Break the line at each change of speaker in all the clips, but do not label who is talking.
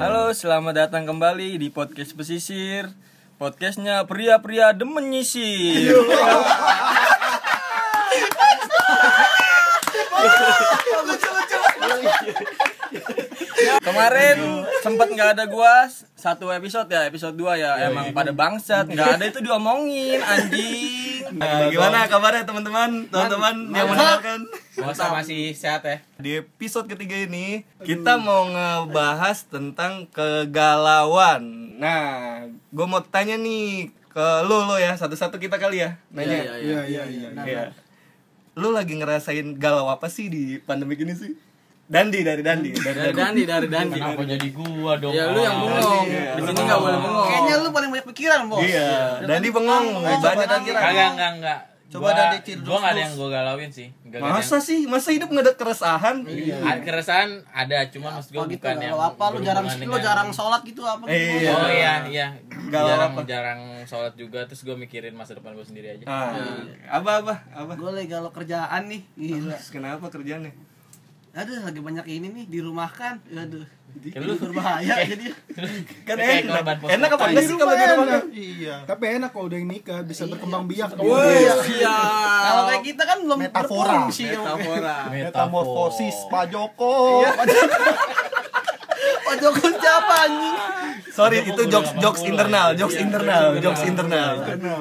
Halo, selamat datang kembali di podcast pesisir. Podcastnya pria-pria demen nyisir. Kemarin sempat nggak ada gua satu episode ya, episode 2 ya. Emang pada bangsat, nggak ada itu diomongin anjing.
Nah, gimana kabarnya teman-teman? Teman-teman yang mendengarkan
Puasa masih sehat ya.
di episode ketiga ini kita mau ngebahas tentang kegalauan. Nah, gue mau tanya nih ke lo lo ya satu-satu kita kali ya nanya.
Iya, iya.
Iya. Lu lagi ngerasain galau apa sih di pandemi ini sih? Dandi dari Dandi. Dari
Dari Dandi, dari Dandi.
Kenapa jadi gua dong?
Ya lu yang
Ah.
bengong.
Iya,
Di sini
bengong.
nggak boleh bengong.
Kayaknya lu paling banyak pikiran, Bos.
Iya, Dandi bengong. Banyak
Dandi.
pikiran.
Kagak, enggak, enggak.
Coba
Gua-
dari Ciri
Gua nggak ada
Dustus.
yang gua galauin sih. Enggak
Masa sih? Masa hidup nggak ada keresahan?
Ada keresahan ada, cuman maksud gua
Apa gitu
bukan
lah,
yang
lu apa lu jarang
berhubungan
lu
dengan-
jarang sholat gitu apa gitu.
Iya.
Oh iya, iya.
Galau
jarang
apa?
jarang sholat juga terus gua mikirin masa depan gua sendiri aja.
Ah, apa apa apa?
Gue lagi galau kerjaan nih, gila.
Terus kenapa kerjaannya?
Aduh, lagi banyak ini nih dirumahkan. Aduh.
Kayak lu-
Jadi berbahaya jadi.
Kan
Kayak
enak.
korban pos-
Enak apa enggak sih kalau Iya. di rumah? kan?
Iya. Tapi enak kalau udah yang nikah bisa berkembang biak.
Woi,
Iya.
siap.
Kalau kayak kita kan belum
Metafora.
berfungsi.
Metafora.
Metamorfosis Pak Joko.
Iya.
Pak Joko siapa anjing?
Sorry, itu jokes jokes
Iya,
internal, jokes internal, jokes internal.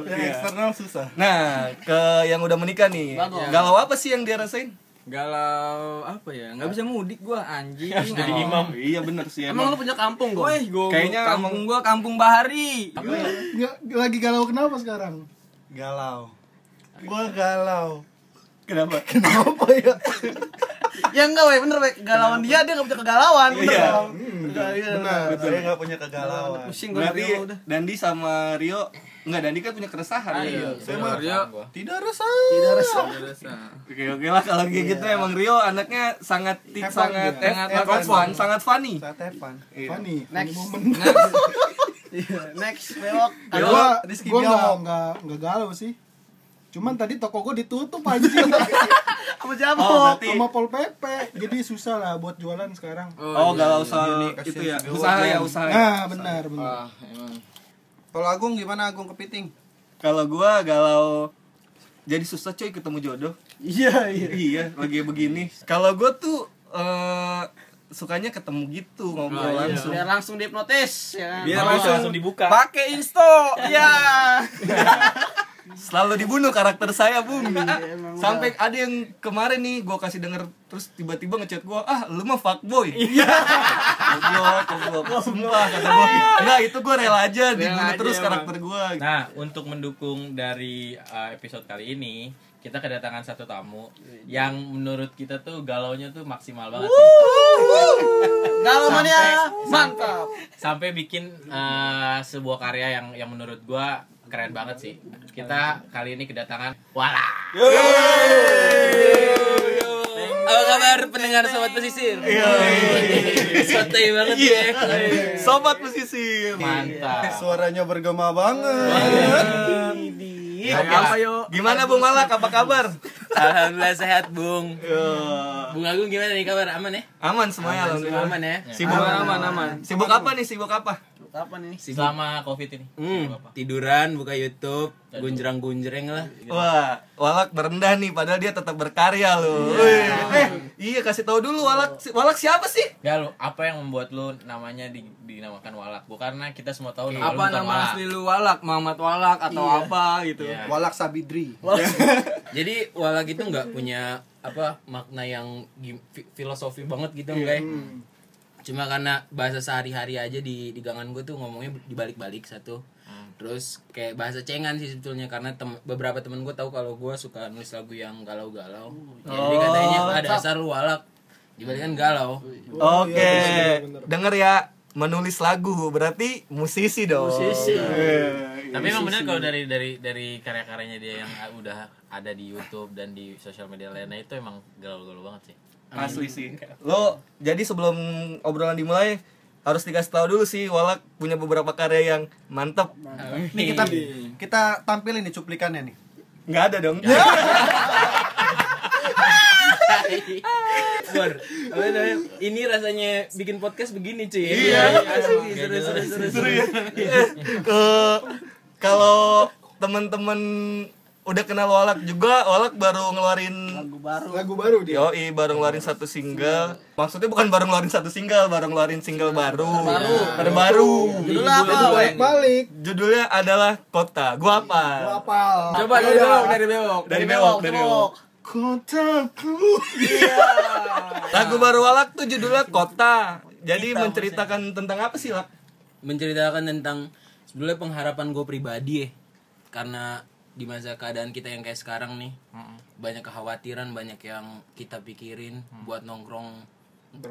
Yang eksternal susah.
Nah, ke yang udah menikah nih.
Bagus.
Galau apa sih yang dia rasain?
Galau apa ya? Nggak bisa mudik gua anjing.
Jadi imam.
Iya bener sih
Emang lu punya kampung, Bos?
Woi, gua
Kayaknya
kampung
emang-
gua kampung Bahari.
Iya.
Nggak- Lagi galau kenapa sekarang?
Galau.
Gua galau.
Kenapa?
Kenapa ya?
Ya enggak, Wei, bener, Wei. Galauan dia dia enggak punya kegalauan, bener.
Iya.
Bang. Iya.
Hmm. Benar.
Saya nggak punya kegalauan.
Pusing gua
Berarti
dari awal udah. Ah,
Dandi sama Rio Enggak, Dandi kan punya keresahan.
iya.
Rio.
Gua
Saya
udah
mah
Rio.
gua.
tidak resah.
Tidak resah.
Oke oke lah kalau kayak gitu
Iya.
emang Rio anaknya sangat ti-
Have fun
sangat
dia.
sangat
Have
sangat
fun.
fun, sangat funny.
Saat Evan.
Iya.
Funny.
Next.
Funny moment.
Iya, Next, bewok.
Ya,
Yo,
gua
Rizky
gua
Bilang.
nggak nggak nggak galau sih. Cuman tadi toko gua ditutup anjing
Apa siapa?
Oh, berarti
sama Pol PP. Jadi susah lah buat jualan sekarang.
Oh,
Iya,
galau soal itu ya. Usaha ya, usaha. ya.
Nah, benar benar.
Kalau Agung gimana Agung kepiting?
Kalau gua galau jadi susah coy ketemu jodoh.
Iya, iya.
Iya, lagi begini. Kalau gua tuh eh sukanya ketemu gitu
Oh,
ngobrol
iya.
langsung.
Biar langsung dihipnotis ya kan.
Biar
Langsung-
langsung,
langsung dibuka.
Pakai insto. Ya.
Selalu dibunuh karakter saya, Bung.
Iya,
emang
Sampai ada yang kemarin nih gua kasih denger terus tiba-tiba ngechat gua, "Ah, lu mah fuckboy."
Iya.
Goblok, goblok. Sumpah kata gua. Enggak, itu gua rela aja dibunuh
aja
terus
emang.
karakter gua. Gitu.
Nah, untuk mendukung dari uh, episode kali ini, kita kedatangan satu tamu yang menurut kita tuh galaunya tuh maksimal banget sih.
Galau mania mantap.
Sampai bikin uh, sebuah karya yang yang menurut gua keren banget sih. Kita kali ini kedatangan Wala.
Apa kabar pendengar sobat pesisir?
Iya.
Iya. Sotoy banget ya.
Sobat
Iya.
pesisir.
Mantap.
Iya.
Suaranya bergema banget.
Iya.
Oke lah.
ya?
Gimana Bung Malak, apa kabar?
Alhamdulillah sehat, Bung. Bung Agung gimana nih kabar? Aman ya?
Aman semuanya alhamdulillah.
Aman ya?
Sibuk aman, aman. Sibuk apa nih? Sibuk apa?
Kapan ini?
Selama Covid ini.
Hmm, tiduran, buka YouTube, gunjreng-gunjreng lah.
Iya. Wah, Walak merendah nih padahal dia tetap berkarya loh. Eh, iya kasih tahu dulu Walak. si- Walak siapa sih?
Gak Ya lu, apa yang membuat lu namanya di- dinamakan Walak? Bukan karena kita semua tahu nama lu
Apa
bukan Walak.
nama asli lu Walak, Muhammad Walak atau apa gitu?
Iya.
Walak Sabidri.
Jadi walak itu nggak punya apa makna yang gi- fi- filosofi banget gitu enggak ya? Cuma karena bahasa sehari-hari aja di di gangan gue tuh ngomongnya dibalik-balik satu. Terus kayak bahasa cengan sih sebetulnya karena tem- beberapa temen gue tahu kalau gue suka nulis lagu yang galau-galau. Jadi
Oh,
katanya ada dasar lu walak. Dibalikan galau.
Oke. Denger ya, menulis lagu berarti musisi dong. Musisi.
Tapi emang bener kalau dari dari dari karya-karyanya dia yang udah ada di YouTube dan di sosial media lainnya itu emang galau-galau banget sih.
Asli sih. Lo jadi sebelum obrolan dimulai harus dikasih tahu dulu sih Walak punya beberapa karya yang mantep.
Nih kita
Iya.
kita tampilin nih Iya, cuplikannya nih.
Nggak ada dong.
war apa namanya, ini rasanya bikin podcast begini cuy
Iya. ya.
Asli, seru seru seru seru
ke kalau teman-teman udah kenal Walak juga, Walak baru ngeluarin
lagu baru
Lagu baru dia.
Yoi, baru ngeluarin satu single. Maksudnya bukan baru ngeluarin satu single, baru ngeluarin single baru. Terbaru.
judulnya apa Weng?
Balik.
Judulnya adalah Kota. Gua apa?
Apal.
Coba dari bewok, dari bewok.
Dari Bewok, dari Bewok.
Kotaku.
Lagu baru Walak tuh judulnya Kota. Jadi menceritakan tentang apa sih, Lak?
menceritakan tentang sebenarnya pengharapan gue pribadi ya karena di masa keadaan kita yang kayak sekarang nih banyak kekhawatiran banyak yang kita pikirin
Mm.
buat nongkrong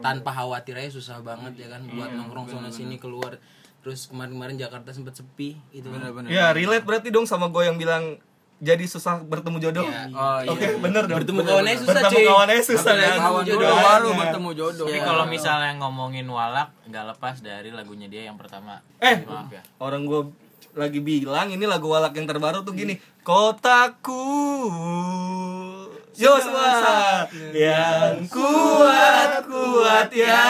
tanpa khawatir aja susah banget ya kan buat nongkrong sana sini keluar terus kemarin-kemarin Jakarta sempat sepi gitu
Ya, relate berarti dong sama gue yang bilang jadi susah bertemu jodoh.
Oh iya.
Oke, bener dong.
bertemu kawannya susah
Bertemu
cuy
kawannya susah
Apalagi
kan?
Kawan
jodoh. Iya.
dulu baru bertemu jodoh.
Tapi kalau misalnya ngomongin Walak nggak lepas dari lagunya dia yang pertama.
Eh.
maaf ya.
Orang gue lagi bilang ini lagu Walak yang terbaru tuh gini. Kotaku Yosua yang kuat kuat ya.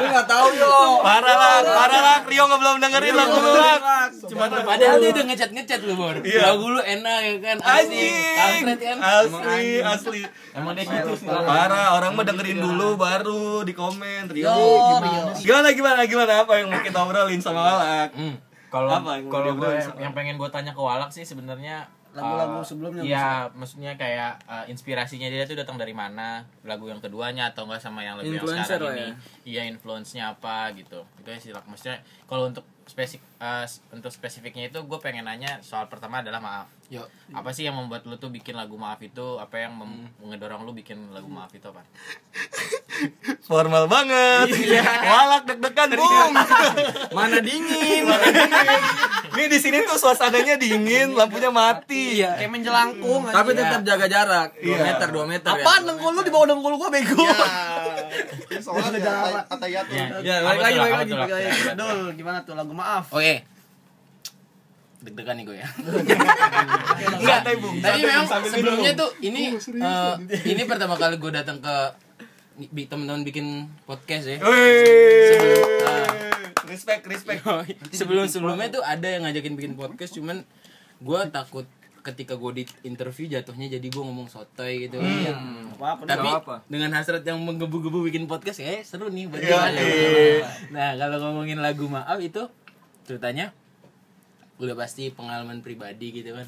Lu nggak tahu yo.
Parah lah, parah lah. Rio nggak belum dengerin lagu lu Lak.
Cuma padahal dia udah ngecat ngecat lu bor
Iya.
lagu lu enak ya kan asik
Anjing,
kampret kan
asli, asli.
Emang dia gitu sih.
Parah, orang mah dengerin dulu baru di komen Rio. Gimana gimana gimana apa yang mau kita obrolin sama Walak?
Hmm.
Kalau
Apa yang
kalau
dia
gue
bilang sama-
yang pengen gue tanya ke Walak sih sebenarnya
Lagu-lagu
eh,
sebelumnya
Iya, maksudnya kayak eh, inspirasinya dia tuh datang dari mana? Lagu yang keduanya atau enggak sama yang lagu yang
Influencer
sekarang
lah ya.
ini? Iya, influence-nya apa gitu. Itu sih Lak. maksudnya kalau untuk spesifik eh, s- untuk spesifiknya itu gue pengen nanya soal pertama adalah maaf.
Yo.
Apa sih yang membuat lu tuh bikin lagu maaf itu? Apa yang mem-
Hmm.
ngedorong lu bikin lagu maaf itu apa?
Formal banget. Walak deg-degan, Bung.
Mana dingin.
Ini di sini tuh suasananya dingin, lampunya mati.
Iya.
kayak menjelangkung
Tapi
anjing.
tetap jaga jarak. 2
Iya.
meter, 2 meter. ya.
apaan dengkul lu di bawah dengkul gua bego
Soalnya ada atayatu.
Iya,
Ya,
Iya, Apa
balik lagi,
tuh, Lak?
balik
Apa
lagi.
tuh, Lak?
balik lagi.
Dul, gimana tuh lagu maaf?
oke deg-degan nih gue ya
Enggak, tapi Bung.
Tapi
santai, Bung,
memang
sambil Oh,
sebelumnya
minum.
tuh ini eh, ini pertama kali gue datang ke bi- teman-teman bikin podcast
Oh,
ya.
Wih.
Ah.
Respect, respect.
Sebelum sebelumnya tuh ada yang ngajakin bikin podcast cuman gue takut ketika gue di interview jatuhnya jadi gue ngomong sotoy gitu. Iya.
Apa-apa
Tapi
Nggak apa-apa.
dengan hasrat yang menggebu-gebu bikin podcast ya seru nih berarti
Iya,
ada.
iya.
Nah, kalau ngomongin lagu maaf itu ceritanya udah pasti pengalaman pribadi gitu kan.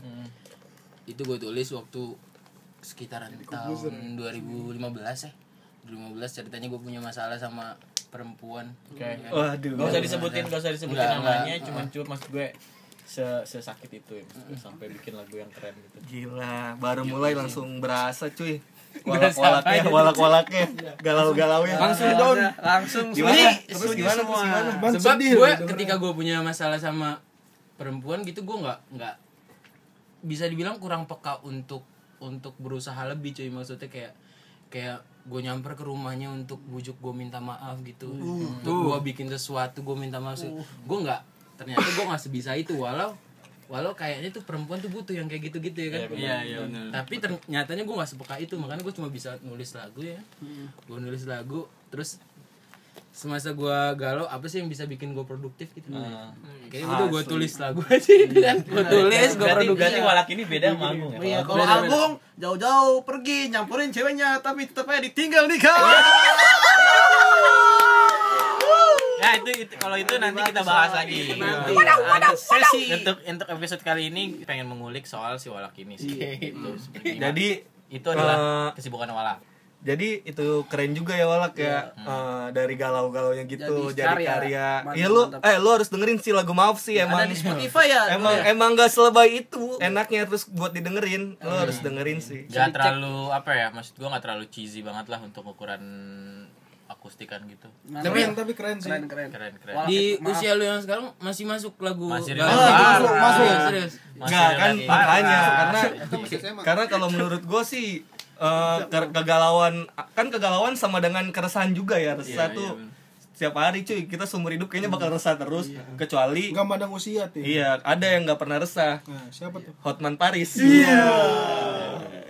Itu gue tulis waktu sekitaran tahun 2015 ya. 2015 ceritanya gue punya masalah sama perempuan. Ya kan?
Waduh.
Gak usah disebutin, gak usah disebutin
Enggak,
namanya,
enggak.
cuman cuman maksud gue se sesakit itu ya, maksud gue, sampai bikin lagu yang keren gitu.
Gila, baru mulai langsung berasa cuy. Walak-walaknya, walak-walaknya, galau-galaunya.
Langsung down. Langsung.
Gimana? Terus gimana? Terus gimana?
Cuman
Sebab
sedih
gue
loh gitu kan. dengerin.
ketika gue punya masalah sama perempuan gitu gue nggak nggak bisa dibilang kurang peka untuk untuk berusaha lebih cuy maksudnya kayak kayak gue nyamper ke rumahnya untuk bujuk gue minta maaf gitu
Uh.
gue
Uh.
bikin sesuatu gue minta maaf gue nggak ternyata gue nggak sebisa itu walau walau kayaknya tuh perempuan tuh butuh yang kayak gitu-gitu ya kan
Iya, iya, benar.
tapi ternyatanya gue nggak sepeka itu makanya gue cuma bisa nulis lagu ya
Hmm.
gue nulis lagu terus semasa gue galau apa sih yang bisa bikin gue produktif gitu kayaknya udah gue tulis lagu aja gitu kan gue tulis gue
berarti,
produktif
berarti walak ini beda sama Agung ya.
Iya,
Walak.
kalau Agung jauh-jauh pergi nyampurin ceweknya tapi tetap aja ditinggal nikah.
Nah, itu, itu kalau itu nanti kita bahas lagi.
Nanti.
Ada sesi untuk untuk episode kali ini pengen mengulik soal si walak ini sih. Gitu, seperti gimana.
Jadi
itu adalah
eh,
kesibukan walak.
jadi itu keren juga ya Walak ya Eh, dari galau-galaunya gitu jadi,
Jadi karya.
karya.
Mantap,
Iya lu
mantap.
eh lu harus dengerin sih lagu maaf sih emang.
Ada di Spotify ya.
Emang
Dul, ya?
emang gak selebay itu enaknya terus buat didengerin lo harus dengerin sih
Gak terlalu apa ya, maksud gue gak terlalu cheesy banget lah untuk ukuran akustikan gitu.
Tapi yang tapi keren sih.
keren keren.
Keren keren.
Walak.
di
Maaf.
usia lu yang sekarang masih masuk lagu
Masih
galau.
relate.
Iya,
Masuk, masuk.
iya, serius
nggak kan
relate.
makanya
Parah.
karena
Itu maksudnya emang.
karena kalau menurut gue sih eh, ke- kegalauan kan kegalauan sama dengan keresahan juga ya resah
Iya,
tuh
iya,
setiap hari cuy kita seumur hidup kayaknya bakal resah terus kecuali
Enggak mandang usia, Tim.
iya ada yang nggak pernah resah
Nah, siapa tuh?
Hotman Paris iya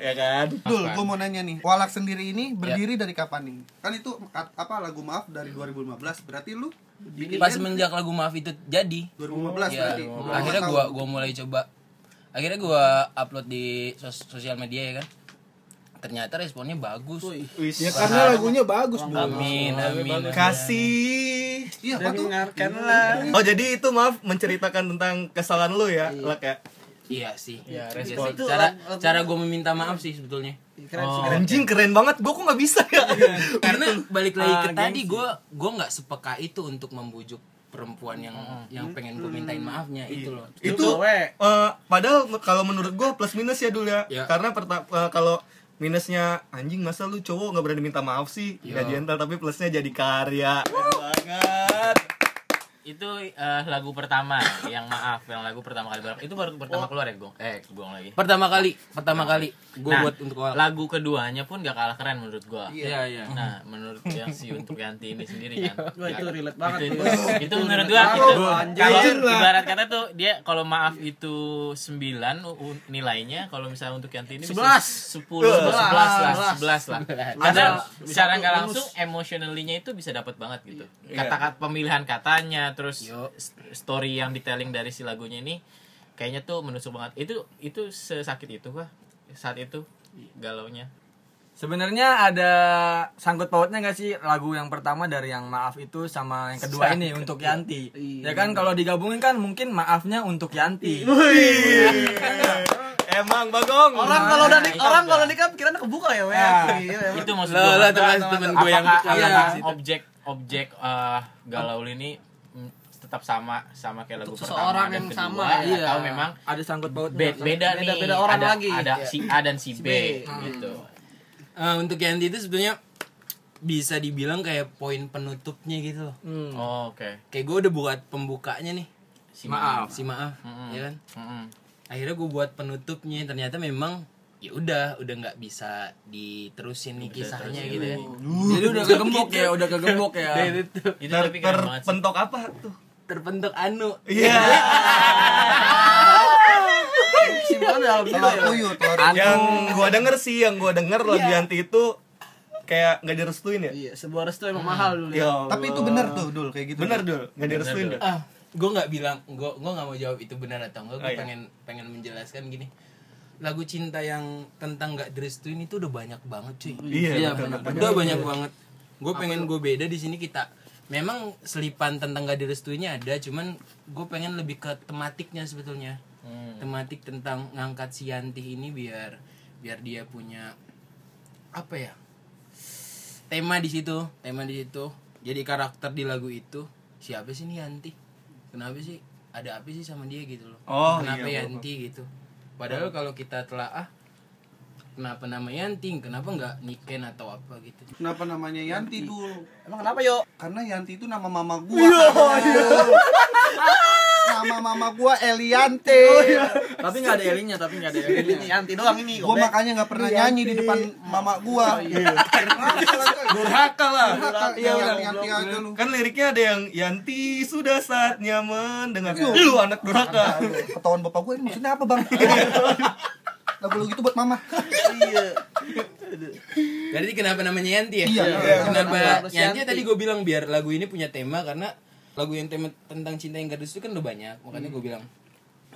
ya kan?
Dul, gue mau nanya nih. Walak sendiri ini berdiri dari kapan nih?
Kan itu a- apa lagu maaf dari 2015. Berarti lu bikin
Pas semenjak lagu Maaf itu jadi,
2015
ya,
berarti. Berapa
akhirnya
tahun?
gua gua mulai coba. Akhirnya gua upload di sos- sosial media ya kan. Ternyata responnya bagus.
Ya karena lagunya bagus, Iya, Dul.
Amin, amin.
Kasih.
Iya, apa tuh?
dengarkanlah
Oh jadi itu maaf menceritakan tentang kesalahan lu ya, Lak ya.
Iya sih. Iya sih.
respon. Itu
Cara
lagu- lagu-
cara gua meminta maaf sih sebetulnya.
keren
Oh.
sih keren
Anjing keren banget, gua kok nggak bisa ya.
karena balik lagi
Ah,
ke tadi gue gue nggak sepeka itu untuk membujuk perempuan yang yang pengen gue mintain maafnya
Iya.
itu loh
itu
we.
eh, padahal kalau menurut gua plus minus ya dulu ya.
Ya.
Karena perta- eh, kalau minusnya anjing masa lu cowok nggak berani minta maaf sih nggak gentle tapi plusnya jadi karya Keren banget
itu eh, lagu pertama yang maaf yang lagu pertama kali bareng itu baru pertama keluar ya gong eh gong lagi
pertama kali pertama kali gue
Nah,
buat untuk awal
lagu keduanya pun gak kalah keren menurut gua
iya iya
nah menurut yang si untuk Yanti ini sendiri kan
Wah, itu relate
itu,
banget
itu,
tuh.
itu menurut gua
Baru,
itu
anjir.
kalau ibarat kata tuh dia kalau maaf itu 9 nilainya kalau misalnya untuk Yanti ini
11.
10 11 lah
11.
11 lah karena secara nggak langsung emotionally-nya itu bisa dapat banget gitu kata-kata pemilihan katanya terus s- story yang detailing dari si lagunya ini kayaknya tuh menusuk banget itu itu sesakit itu kah saat itu galaunya
Sebenarnya ada sangkut pautnya nggak sih lagu yang pertama dari yang maaf itu sama yang kedua ini untuk Yanti. Ya kan kalau digabungin kan mungkin maafnya untuk Yanti.
emang bagong
orang kalau udah
Iya.
nikah orang kalau nikah pikirannya kebuka ya we Iya, iya.
itu maksud
Lah,
gua.
lah, teman- teman gua yang-
apakah,
yang-
apakah objek objek eh, galau ini mm, tetap sama sama kayak lagu pertama
seseorang
dan
yang
kedua,
sama, Iya.
atau memang
ada sangkut pautnya.
be- beda nih
Beda-beda orang
ada,
lagi.
ada
Iya.
si A dan si, B,
B.
gitu
Eh, untuk Yanti itu sebetulnya bisa dibilang kayak poin penutupnya gitu loh
Hmm.
Oh, oke
kayak gue udah buat pembukanya nih
si maaf
si maaf ya kan
Mm-mm.
akhirnya gue buat penutupnya ternyata memang ya udah udah nggak bisa diterusin nih kisahnya gitu ya
Jadi udah kegembok ya, udah kegembok ya.
itu
ter
tapi keren banget sih.
terpentok apa tuh
terbentuk anu
iya
simpan
iya.
dalam diri
Telur
ya
puyuh, telur
yang gua denger sih yang gua denger lagu Yanti itu kayak nggak direstuin ya
iya sebuah restu emang mahal dulu ya
Ya
Tapi itu
Allah.
bener tuh, Dul, kayak gitu.
bener dul nggak direstuin ya? dul
ah gue nggak bilang gue gue nggak mau jawab itu benar atau enggak gue
Oh, iya.
pengen pengen menjelaskan gini lagu cinta yang tentang nggak direstuin itu udah banyak banget cuy
Iya, betul,
benar. udah banyak banget gue pengen gue beda di sini kita memang selipan tentang gak direstuinnya ada cuman gue pengen lebih ke tematiknya sebetulnya
Hmm.
tematik tentang ngangkat si Yanti ini biar biar dia punya apa ya tema di situ tema di situ jadi karakter di lagu itu siapa sih nih Yanti kenapa sih ada apa sih sama dia gitu loh
Oh,
kenapa
iya, Oh.
Yanti gitu padahal kalau kita telah ah kenapa nama Yanti kenapa nggak Niken atau apa gitu
Kenapa namanya Yanti, Dul?
Iya.
emang kenapa yo
Karena Yanti itu nama mama gua.
Iya,
nama mama gua Eliante.
Oh, iya.
Tapi nggak ada elinya, tapi nggak ada elinya.
ini anti doang ini
Gua
goblok.
makanya nggak pernah nyanyi di depan mama gua.
Oh, iya.
durhaka lah
Iya, Yanti aja lu.
kan liriknya ada yang Yanti sudah saatnya mendengar lu anak durhaka
Ketahuan bapak gua ini maksudnya apa, Bang? Lagu lu gitu buat mama.
Berarti kenapa namanya Yanti ya?
Iya,
Kenapa
kenapa harus
Yanti?
Yanti?
Tadi gue bilang biar lagu ini punya tema karena lagu yang tema tentang cinta yang gadis itu kan udah banyak. Makanya gue bilang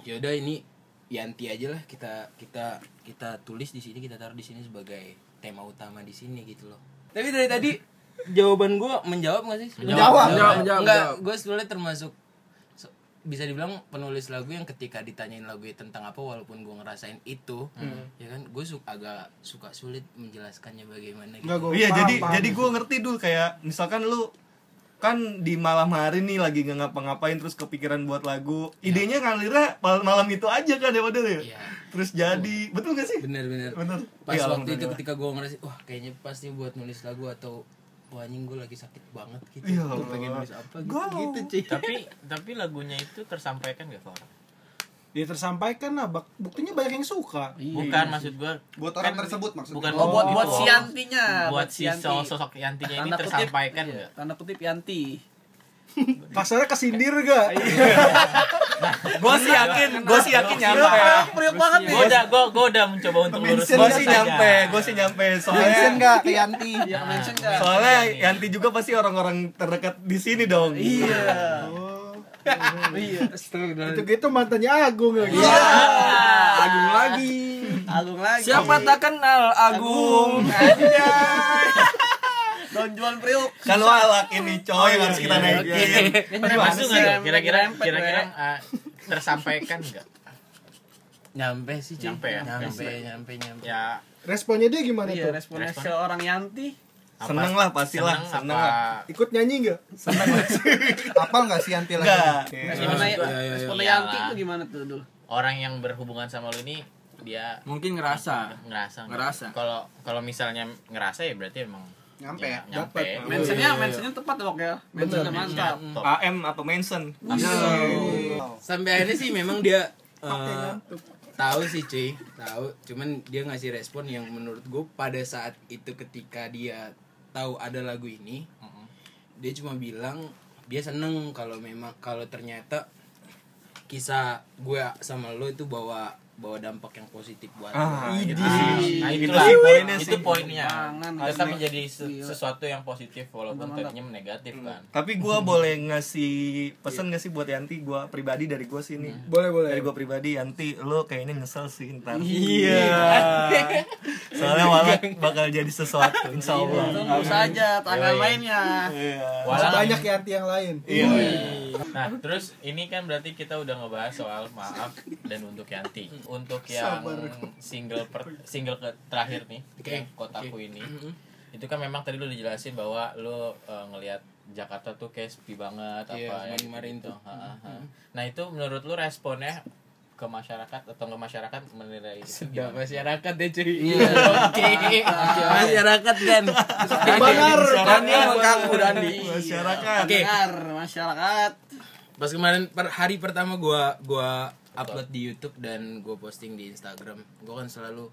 yaudah ini Yanti aja lah kita kita kita tulis di sini kita taruh di sini sebagai tema utama di sini gitu loh. Tapi dari tadi jawaban gue menjawab nggak sih?
Menjawab.
Menjawab, menjawab,
Enggak,
menjawab.
gue sebenarnya termasuk se- bisa dibilang penulis lagu yang ketika ditanyain lagu tentang apa walaupun gue ngerasain itu
Hmm.
ya kan gue suka agak suka sulit menjelaskannya bagaimana gitu.
Enggak, gue
iya jadi jadi gue ngerti dul kayak misalkan lu kan di malam hari nih lagi nggak ngapa-ngapain terus kepikiran buat lagu idenya ngalirnya mal- malam itu aja kan ya padahal ya
Iya.
terus jadi betul gak sih
bener bener
Bener.
pas
Iya,
waktu itu
alhamdulillah.
ketika gue ngerasa wah kayaknya pasti buat nulis lagu atau wah anjing gue lagi sakit banget gitu
Iya,
gue
Allah.
pengen nulis apa gitu,
Galau.
gitu cuy
tapi tapi lagunya itu tersampaikan gak ke orang
Dia Ya, tersampaikan lah, bak- buktinya banyak yang suka.
Iya,
bukan maksud gua kan
Buat orang tersebut maksudnya.
bukan
Iya, Oh, buat buat
gitu.
si Yantinya,
buat si
Yanti.
so- sosok Yantinya ini
Tanda kutip.
tersampaikan ya.
Iya,
gak
Tanda kutip Yanti.
Kasarnya kesindir gak?
Iya.
gue sih yakin gue sih yakin
Iya.
nyampe
Priok banget nih.
Gue udah, gue, gue udah mencoba untuk lurus
gue sih Iya. nyampe gue sih nyampe
Bensin
soalnya
Iya.
nggak ke Yanti?
Yang mention enggak?
soalnya Yanti juga pasti orang-orang terdekat di sini dong
Iya.
Oh. Itu gitu mantannya Agung gitu. lagi.
Iya.
Agung lagi. Iya.
Agung lagi.
gitu.
Siapa tak kenal Agung?
Don Juan Priok.
kalau Kan alak ini coy yang harus kita naikin
Masuk
Masuk
nggak
nggak?
tuh? Kira-kira,
Nyerempet,
kira-kira
Bre.
eh, tersampaikan nggak?
nyampe sih cuy.
Nyampe ya?
nyampe nyampe nyampe
Ya,
Responnya dia gimana
Iya,
tuh?
responnya
Respon.
seorang Yanti.
apa-
seneng lah pastilah
seneng
seneng
apa-
lah
Ikut nyanyi nggak?
Apal nggak sih Yanti lagi?
enggak
iya,
Responnya
iya, iya.
responnya
Iyalah.
Yanti itu gimana tuh dulu?
orang yang berhubungan sama lu ini dia
Mungkin ngerasa.
ngerasa nggak?
Ngerasa.
Kalau kalau misalnya ngerasa ya berarti emang
Nyampe
ya,
ya?
nyampe.
Mentionnya, mentionnya tepat dok ya. Mentionnya
Iya.
mantap.
Top.
AM apa Manson
sampai akhirnya sih memang dia eh, tahu sih cuy tahu cuman dia ngasih respon yang menurut gue pada saat itu ketika dia tahu ada lagu ini dia cuma bilang dia seneng kalau memang kalau ternyata kisah gue sama lo itu bawa bawa dampak yang positif buat
Ah,
lo.
itu
Gitu sih.
sih.
Nah,
Itu
itulah.
sih poinnya
itu
sih.
poinnya.
Jangan,
Tetap
asli.
menjadi se-
Gila.
sesuatu yang positif walaupun tadinya negatif kan.
Tapi gua boleh ngasih pesan nggak sih buat Yanti gua pribadi dari gua sini.
Boleh boleh.
Dari gua pribadi Yanti lo kayaknya nyesel sih ntar. Iya. Soalnya walau bakal jadi sesuatu insya Allah.
Tunggu saja tanggal mainnya.
Iya.
Masih
Walang-
banyak Yanti yang lain.
Iya.
Nah, terus ini kan berarti kita udah ngebahas soal maaf dan untuk Yanti. Untuk yang single per- single ke terakhir nih, yang kotaku ini. Itu kan memang tadi lu udah jelasin bahwa lu eh, ngelihat Jakarta tuh kayak sepi
Iya,
banget apa ya
kemarin-kemarin
gitu. Ha, ha, ha. Nah, itu menurut lu responnya ke masyarakat atau ke masyarakat menilai itu
Udah
gimana?
masyarakat deh cuy Oke Masyarakat kan
Benar.
Dandi mengaku Dandi.
Masyarakat.
Oke
Dengar masyarakat.
Pas kemarin per hari pertama gua gua upload di YouTube dan gua posting di Instagram. Gua kan selalu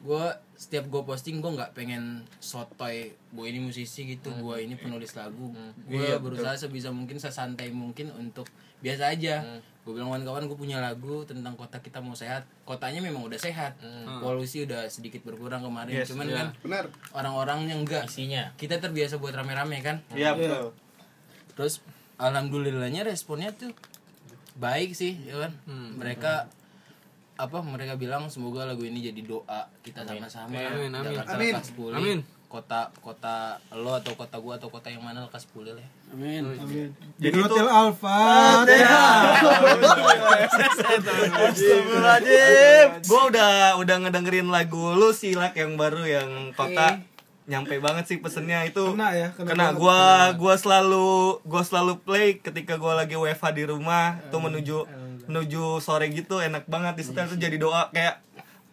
gua setiap gua posting gua nggak pengen sotoy gua ini musisi gitu, gua ini penulis lagu. Gua berusaha sebisa mungkin sesantai mungkin untuk biasa aja. Gua bilang kawan-kawan gua punya lagu tentang kota kita mau sehat. Kotanya memang udah sehat. Polusi udah sedikit berkurang kemarin. Cuman kan
Benar.
orang-orang yang enggak
Isinya.
kita terbiasa buat rame-rame kan.
Iya betul.
Terus alhamdulillahnya responnya tuh baik sih, ya kan?
Hmm.
Mereka apa mereka bilang semoga lagu ini jadi doa kita sama-sama.
Amin, amin.
Jakarta
Amin.
lekas pulih.
Amin.
Kota kota lo atau kota gua atau kota yang mana lekas pulih lah.
Amin.
Amin.
Jadi
Jadi
itu-
hotel Alfa.
Iya.
Astagfirullahaladzim. Gua udah udah ngedengerin lagu lu silak yang baru yang kota nyampe banget sih pesennya itu
Kena ya, kena banget.
gua gua selalu gua selalu play ketika gua lagi WFH di rumah
Eh,
tuh menuju menuju sore gitu enak banget di setel
Iya.
tuh jadi doa kayak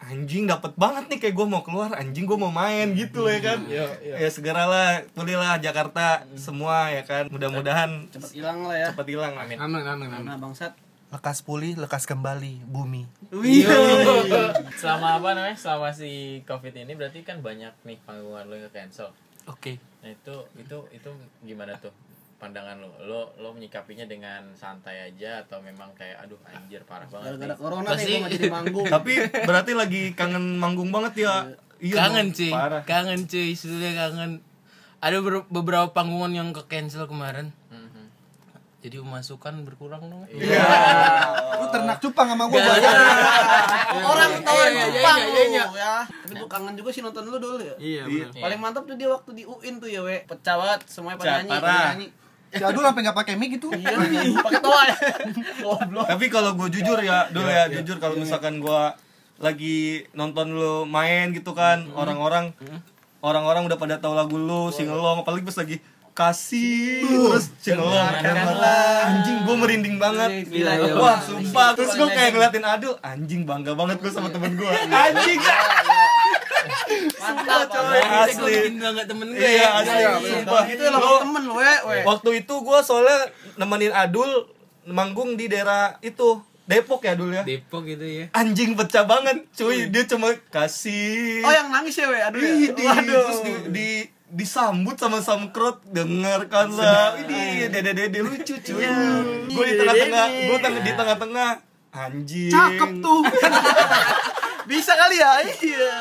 anjing dapet banget nih kayak gua mau keluar anjing gua mau
Iya.
main gitu loh ya kan ya segeralah pulihlah Jakarta
Hmm.
semua ya kan mudah-mudahan
Cepat hilang lah ya.
cepet hilang amin
Amin amin amin.
Nah bangsat.
Lekas pulih, lekas kembali bumi.
Selama apa namanya? Selama si Covid ini berarti kan banyak nih panggungan lu yang cancel.
Oke.
Nah, itu itu itu gimana tuh pandangan lo? Lo lo menyikapinya dengan santai aja atau memang kayak aduh anjir parah banget
Gara-gara
nih.
corona
Pasti-
nih gua nggak jadi manggung.
tapi berarti lagi kangen manggung banget ya Iya,
kangen
Bang.
cuy,
Parah.
kangen cuy, sudah kangen. Ada ber- beberapa panggungan yang ke cancel kemarin.
Mhm.
Jadi pemasukan berkurang dong.
Iya,
Lu ternak cupang sama gua banyak.
Orang ketahuan
iya, iya,
Jepang
iya,
lu
iya.
ya. Tapi gua kangen juga sih nonton lu dulu ya.
Iya benar.
Iya.
Paling mantap tuh dia waktu di UIN tuh ya, we. Pecah banget, semuanya
Pecah,
pada nyanyi, pada
parah.
nyanyi.
Jadul sampai nggak pakai
gitu.
mic itu.
Iya, pakai toa ya. Goblok.
Tapi kalau gue jujur ya, dulu ya, jujur kalau misalkan gue lagi nonton lu main gitu kan, orang-orang orang-orang udah pada tahu lagu lu, singelong, apalagi pas lagi kasih terus singelong anjing gue merinding banget
Gila, iya.
wah sumpah terus gue kayak ngeliatin aduh anjing bangga banget gue sama temen gue anjing
Mantap,
coy.
coy.
Asli.
Asli.
Gue bikin bangga temen ya. gue.
iya asli sumpah
Itu lo
Lu-
temen lu, we, we.
Waktu itu gue soalnya nemenin Adul manggung di daerah itu Depok ya dulu ya.
Depok gitu ya.
Anjing pecah banget, cuy. Dia cuma kasih.
Oh, yang nangis ya, we. Aduh.
Ih,
ya.
di,
Waduh.
terus di, di disambut sama kan, samkrut dengarkan lah ini dede dede
Iya.
lucu cuy gue di tengah tengah gue tengah di tengah tengah anjing
Cakep tuh.
Iya.
Bisa kali ya? Iya.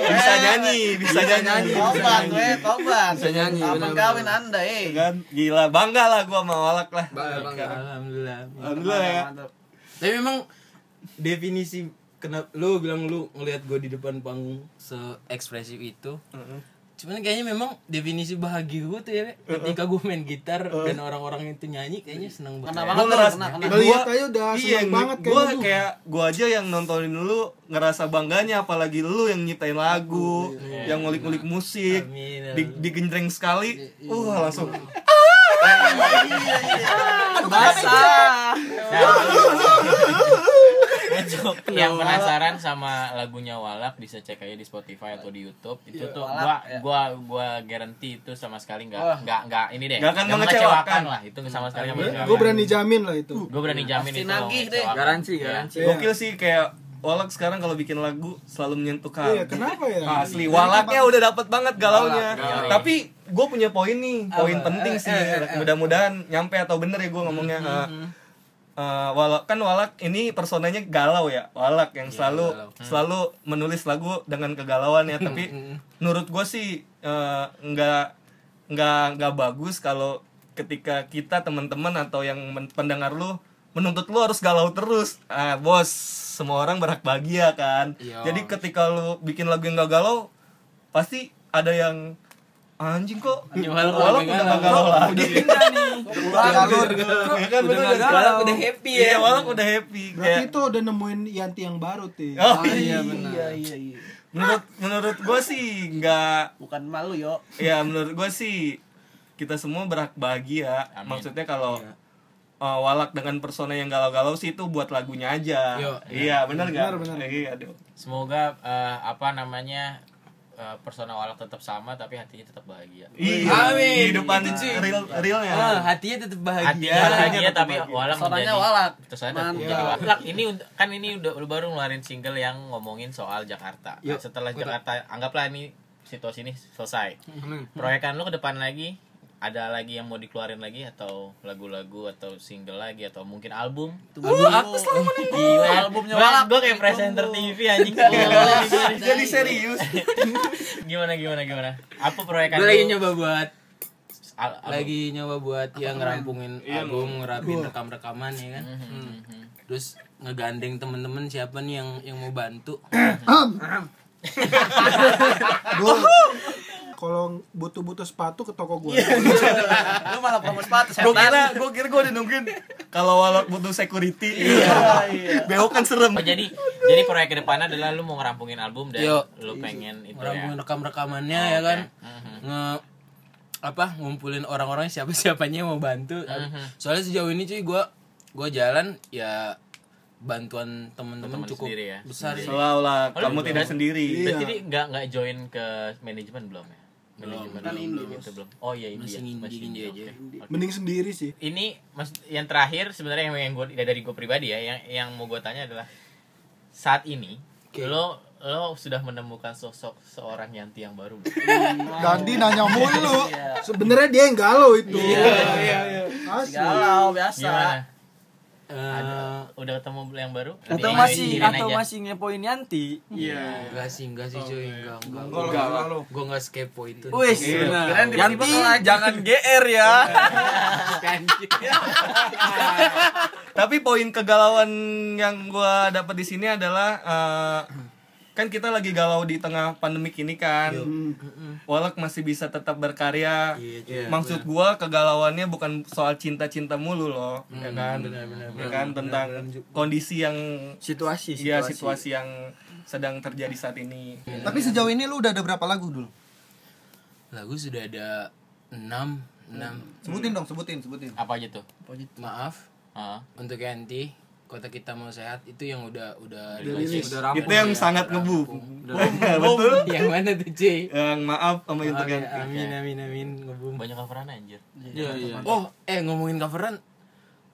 bisa nyanyi bisa nyanyi
Tobat, weh, tobat.
Bisa nyanyi,
Apa
benar-benar.
kawin Anda, eh?
kan gila bangga lah gue sama Olak lah
Alhamdulillah.
alhamdulillah ya
Mantap.
Tapi memang definisi kenapa lu bilang lu ngelihat gue di depan panggung se-ekspresif itu. Cuman kayaknya memang definisi bahagia gue tuh ya Re. ketika gue main gitar dan orang-orang itu nyanyi kayaknya seneng banget.
Kena
gue
banget tuh,
ngeras
kena, kena.
Kalau lihat aja udah seneng banget
gue
kayaknya tuh.
iya, kayak gue aja yang nontonin lu ngerasa bangganya apalagi lu yang nyiptain lagu yang ngulik-ngulik musik
Amin.
di, digenjreng sekali uh langsung
Basah.
Nah, yang penasaran sama lagunya Walak bisa cek aja di Spotify atau di YouTube itu tuh gua gua gua guarantee itu sama sekali nggak nggak nggak ini deh
Nggak akan
nggak
mengecewakan.
lah itu sama sekali nggak mengecewakan
Gue Iya. berani jamin lah itu.
Gua berani jamin
Iya. Pasti
itu nggak
nagih deh.
mengecewakan.
Garansi,
Iya.
garansi.
gokil sih kayak Walak sekarang kalau bikin lagu selalu menyentuh hati.
Iya, kenapa ya?
Ah.
Asli walaknya udah dapet banget galaunya.
Galak.
Tapi gue punya poin nih, poin penting sih. Mudah-mudahan nyampe atau bener ya gue ngomongnya. Eh, eh, walak kan walak ini personanya galau ya walak yang selalu selalu menulis lagu dengan kegalauan ya tapi menurut gue sih eh, nggak nggak nggak bagus kalau ketika kita teman-teman atau yang men- pendengar lu menuntut lu harus galau terus ah bos semua orang berhak bahagia kan
Iya.
jadi ketika lu bikin lagu yang gak galau pasti ada yang anjing kok
Nyual kok,
walau udah
galau.
gak galau lagi
Pindah nih.
alur
Udah
ya kan bener
nggak
kan?
galak, udah happy ya.
iya walau udah happy
Berarti
kayak
itu udah nemuin Yanti yang baru, Ti.
oh
Iya
iya
benar.
Iya, iya.
menurut menurut gue sih nggak
Bukan malu, yo.
ya menurut gue sih kita semua berhak bahagia maksudnya kalau
Iya.
eh, walak dengan persona yang galau-galau sih itu buat lagunya aja
Yo,
iya benar nggak
Benar, benar.
iya dong
semoga eh, apa namanya eh, persona Walak tetap sama tapi hatinya tetap bahagia
Iya,
Amin.
kehidupan
Itu, cuy.
real realnya.
Ah, hatinya tetap bahagia.
hatinya bahagia tapi Walak
Personanya
menjadi
Walak.
Personanya tetap
Mantap.
jadi Walak ini unt- kan ini udah lu baru ngeluarin single yang ngomongin soal Jakarta Nah, setelah Jakarta anggaplah ini situasi ini selesai
Hmm.
proyekan lu ke depan lagi ada lagi yang mau dikeluarin lagi atau lagu-lagu atau single lagi atau mungkin album
aku selalu menunggu.
Oh,
Albumnya Walak.
gue kayak presenter TV anjing
Jadi serius.
gimana gimana gimana apa proyekan
Gue lagi
Kan lu?
nyoba buat
Al- album.
lagi nyoba buat yang ngerampungin
Iya,
album, ngerapin rekam-rekaman ya kan.
Hmm.
Terus ngegandeng temen-temen siapa nih yang yang mau bantu.
Kalau butuh-butuh sepatu ke toko gue.
Iya.
Lu malah promo sepatu
Gue
setan.
kira, gue kira gue udah nungguin kalau walak butuh security. Iya. Bewok kan serem.
Oh, jadi jadi proyek kedepannya adalah lu mau ngerampungin album dan
Yo.
lu pengen itu ya. Hmm.
Ngerampungin rekam-rekamannya ya kan. Nge apa ngumpulin orang-orang siapa-siapanya yang mau bantu.
Mm-hmm.
Soalnya sejauh ini cuy gua gua jalan ya bantuan temen-temen
Temen
cukup
sendiri ya,
besar sih.
Selalu
Aduh,
kamu tidak
berarti-
sendiri.
Iya.
Berarti dia nggak nggak join ke manajemen belum ya? Manajemen
kan
belum,
indie,
belum,
Bos.
itu belum. Oh iya indie.
Masih
ya,
indie, indie
oke.
aja.
Oke.
Mending sendiri sih.
Ini mas yang terakhir sebenarnya yang yang gua dari gue pribadi ya yang yang mau gue tanya adalah saat ini lo lo sudah menemukan sosok seorang Yanti yang baru belum?
Dandi nanya mulu.
Iya.
Sebenarnya dia yang galau itu.
iya,
Asli.
Galau biasa.
gimana
Eh,
udah ketemu yang baru
Atau
Ini-
masih
ini aja.
atau masih ngepoin Yanti.
Enggak sih, enggak sih cuy, enggak, enggak.
Enggak.
Gua enggak Nah, skepo itu.
Wis,
Kirain
benar.
tiba-tiba
Yanti
kalau-
jangan GR ya.
Tapi poin kegalauan yang gua dapat di sini adalah eh, kan kita lagi galau di tengah pandemik ini kan.
Iya.
Walak masih bisa tetap berkarya.
Iya,
Maksud gua kegalauannya bukan soal cinta-cinta mulu loh, ya kan? Ya kan tentang kondisi yang
Situasi,
ya situasi yang sedang terjadi saat ini.
Iya.
Tapi sejauh ini lu udah ada berapa lagu dulu?
Nah, Lagu sudah ada 6 6
Sebutin dong, sebutin, sebutin.
apa aja tuh
maaf
Ah.
untuk Yanti kota kita mau sehat itu yang udah udah
rilis. Udah rampung.
Itu yang sangat ngebu. Betul.
yang mana tuh cuy
Yang maaf sama yang
Oke,
terkait.
amin amin amin ngebum
banyak coveran anjir
Iya, iya.
oh eh ngomongin coveran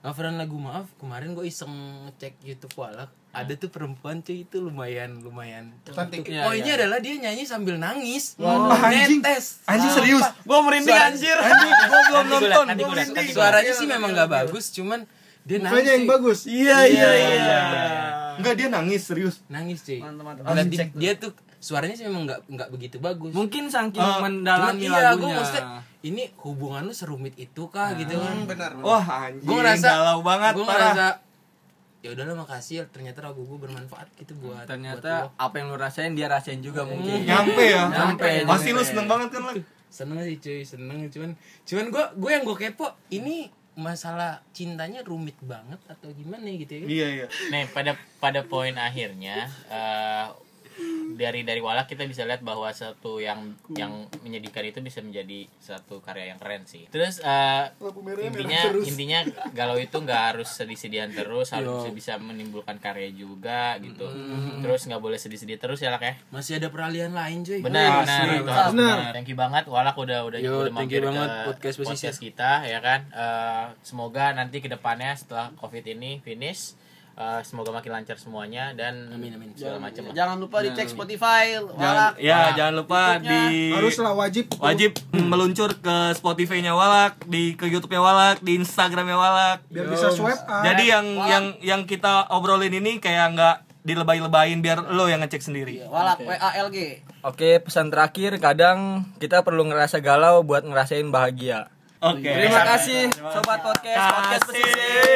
Coveran lagu maaf kemarin gue iseng ngecek YouTube walak ada tuh perempuan cuy itu lumayan lumayan cantik.
Iya,
Poinnya adalah dia nyanyi sambil nangis.
Wah, anjing.
Netes.
Anjing serius.
Gua merinding
Suara-
anjir.
Gua belum
Nanti gua
nonton. Gua
liat, nanti gua liat, nanti
merinding.
gua liat.
Suaranya sih
Iya,
memang gak bagus cuman dia
Mukanya yang
nangis. cuy.
bagus.
Iya iya iya. Enggak dia nangis serius.
Nangis cuy.
Mantap-mantap.
Ngeliat di- Dia tuh suaranya sih memang nggak nggak begitu bagus. Eh,
Mungkin saking
Ah,
Cuman
mendalami
iya gue
lagunya. Nah.
maksudnya ini hubungan lu serumit itu kah gitu
Hmm,
kan.
benar
Wah anjing.
gue ngerasa
galau banget
gue
parah.
ngerasa ya udahlah makasih ternyata lagu gue bermanfaat gitu buat
Ternyata
buat
apa yang lu rasain dia rasain juga mungkin.
Nyampe ya.
Nyampe,
Pasti
nyampe.
lu seneng banget kan lah.
lo. seneng sih cuy seneng cuman cuman gue gue yang gue kepo ini masalah cintanya rumit banget atau gimana gitu ya
Iya iya.
Nih pada pada poin akhirnya eh, dari dari wala kita bisa lihat bahwa satu yang yang menyedihkan itu bisa menjadi satu karya yang keren sih. Terus eh,
Lampu merahnya
intinya
merah terus.
intinya galau itu nggak harus sedih-sedihan terus, harus bisa menimbulkan karya juga gitu.
Mm-hmm.
Terus nggak boleh sedih-sedih terus ya lah ya.
masih ada peralihan lain cuy
Benar,
Asli,
benar, itu harus benar. Thank you banget Walak udah udah
Iya, Yo,
udah
thank you
mampir
banget
ke
podcast pesisir.
kita ya kan. Eh, semoga nanti kedepannya setelah Covid ini finish eh, semoga makin lancar semuanya dan
Amin, amin.
segala macam lah.
Jangan lupa
Iya.
dicek Spotify, Walak.
Ya jangan lupa
YouTube-nya.
di
Haruslah wajib. tuh.
wajib meluncur ke Spotify-nya Walak, di ke YouTube-nya Walak, di Instagram-nya Walak.
biar bisa swipe up.
Jadi yang yang yang kita obrolin ini kayak nggak dilebay-lebayin biar lo yang
Iya.
ngecek sendiri.
Walak W A L G.
Oke, pesan terakhir kadang kita perlu ngerasa galau buat ngerasain bahagia.
Oke.
Terima kasih sobat podcast podcast
Kasih.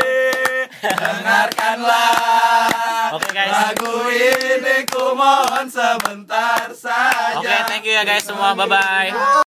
Dengarkanlah
Oke guys.
lagu ini ku mohon sebentar saja.
Oke, thank you ya guys semua. Bye bye.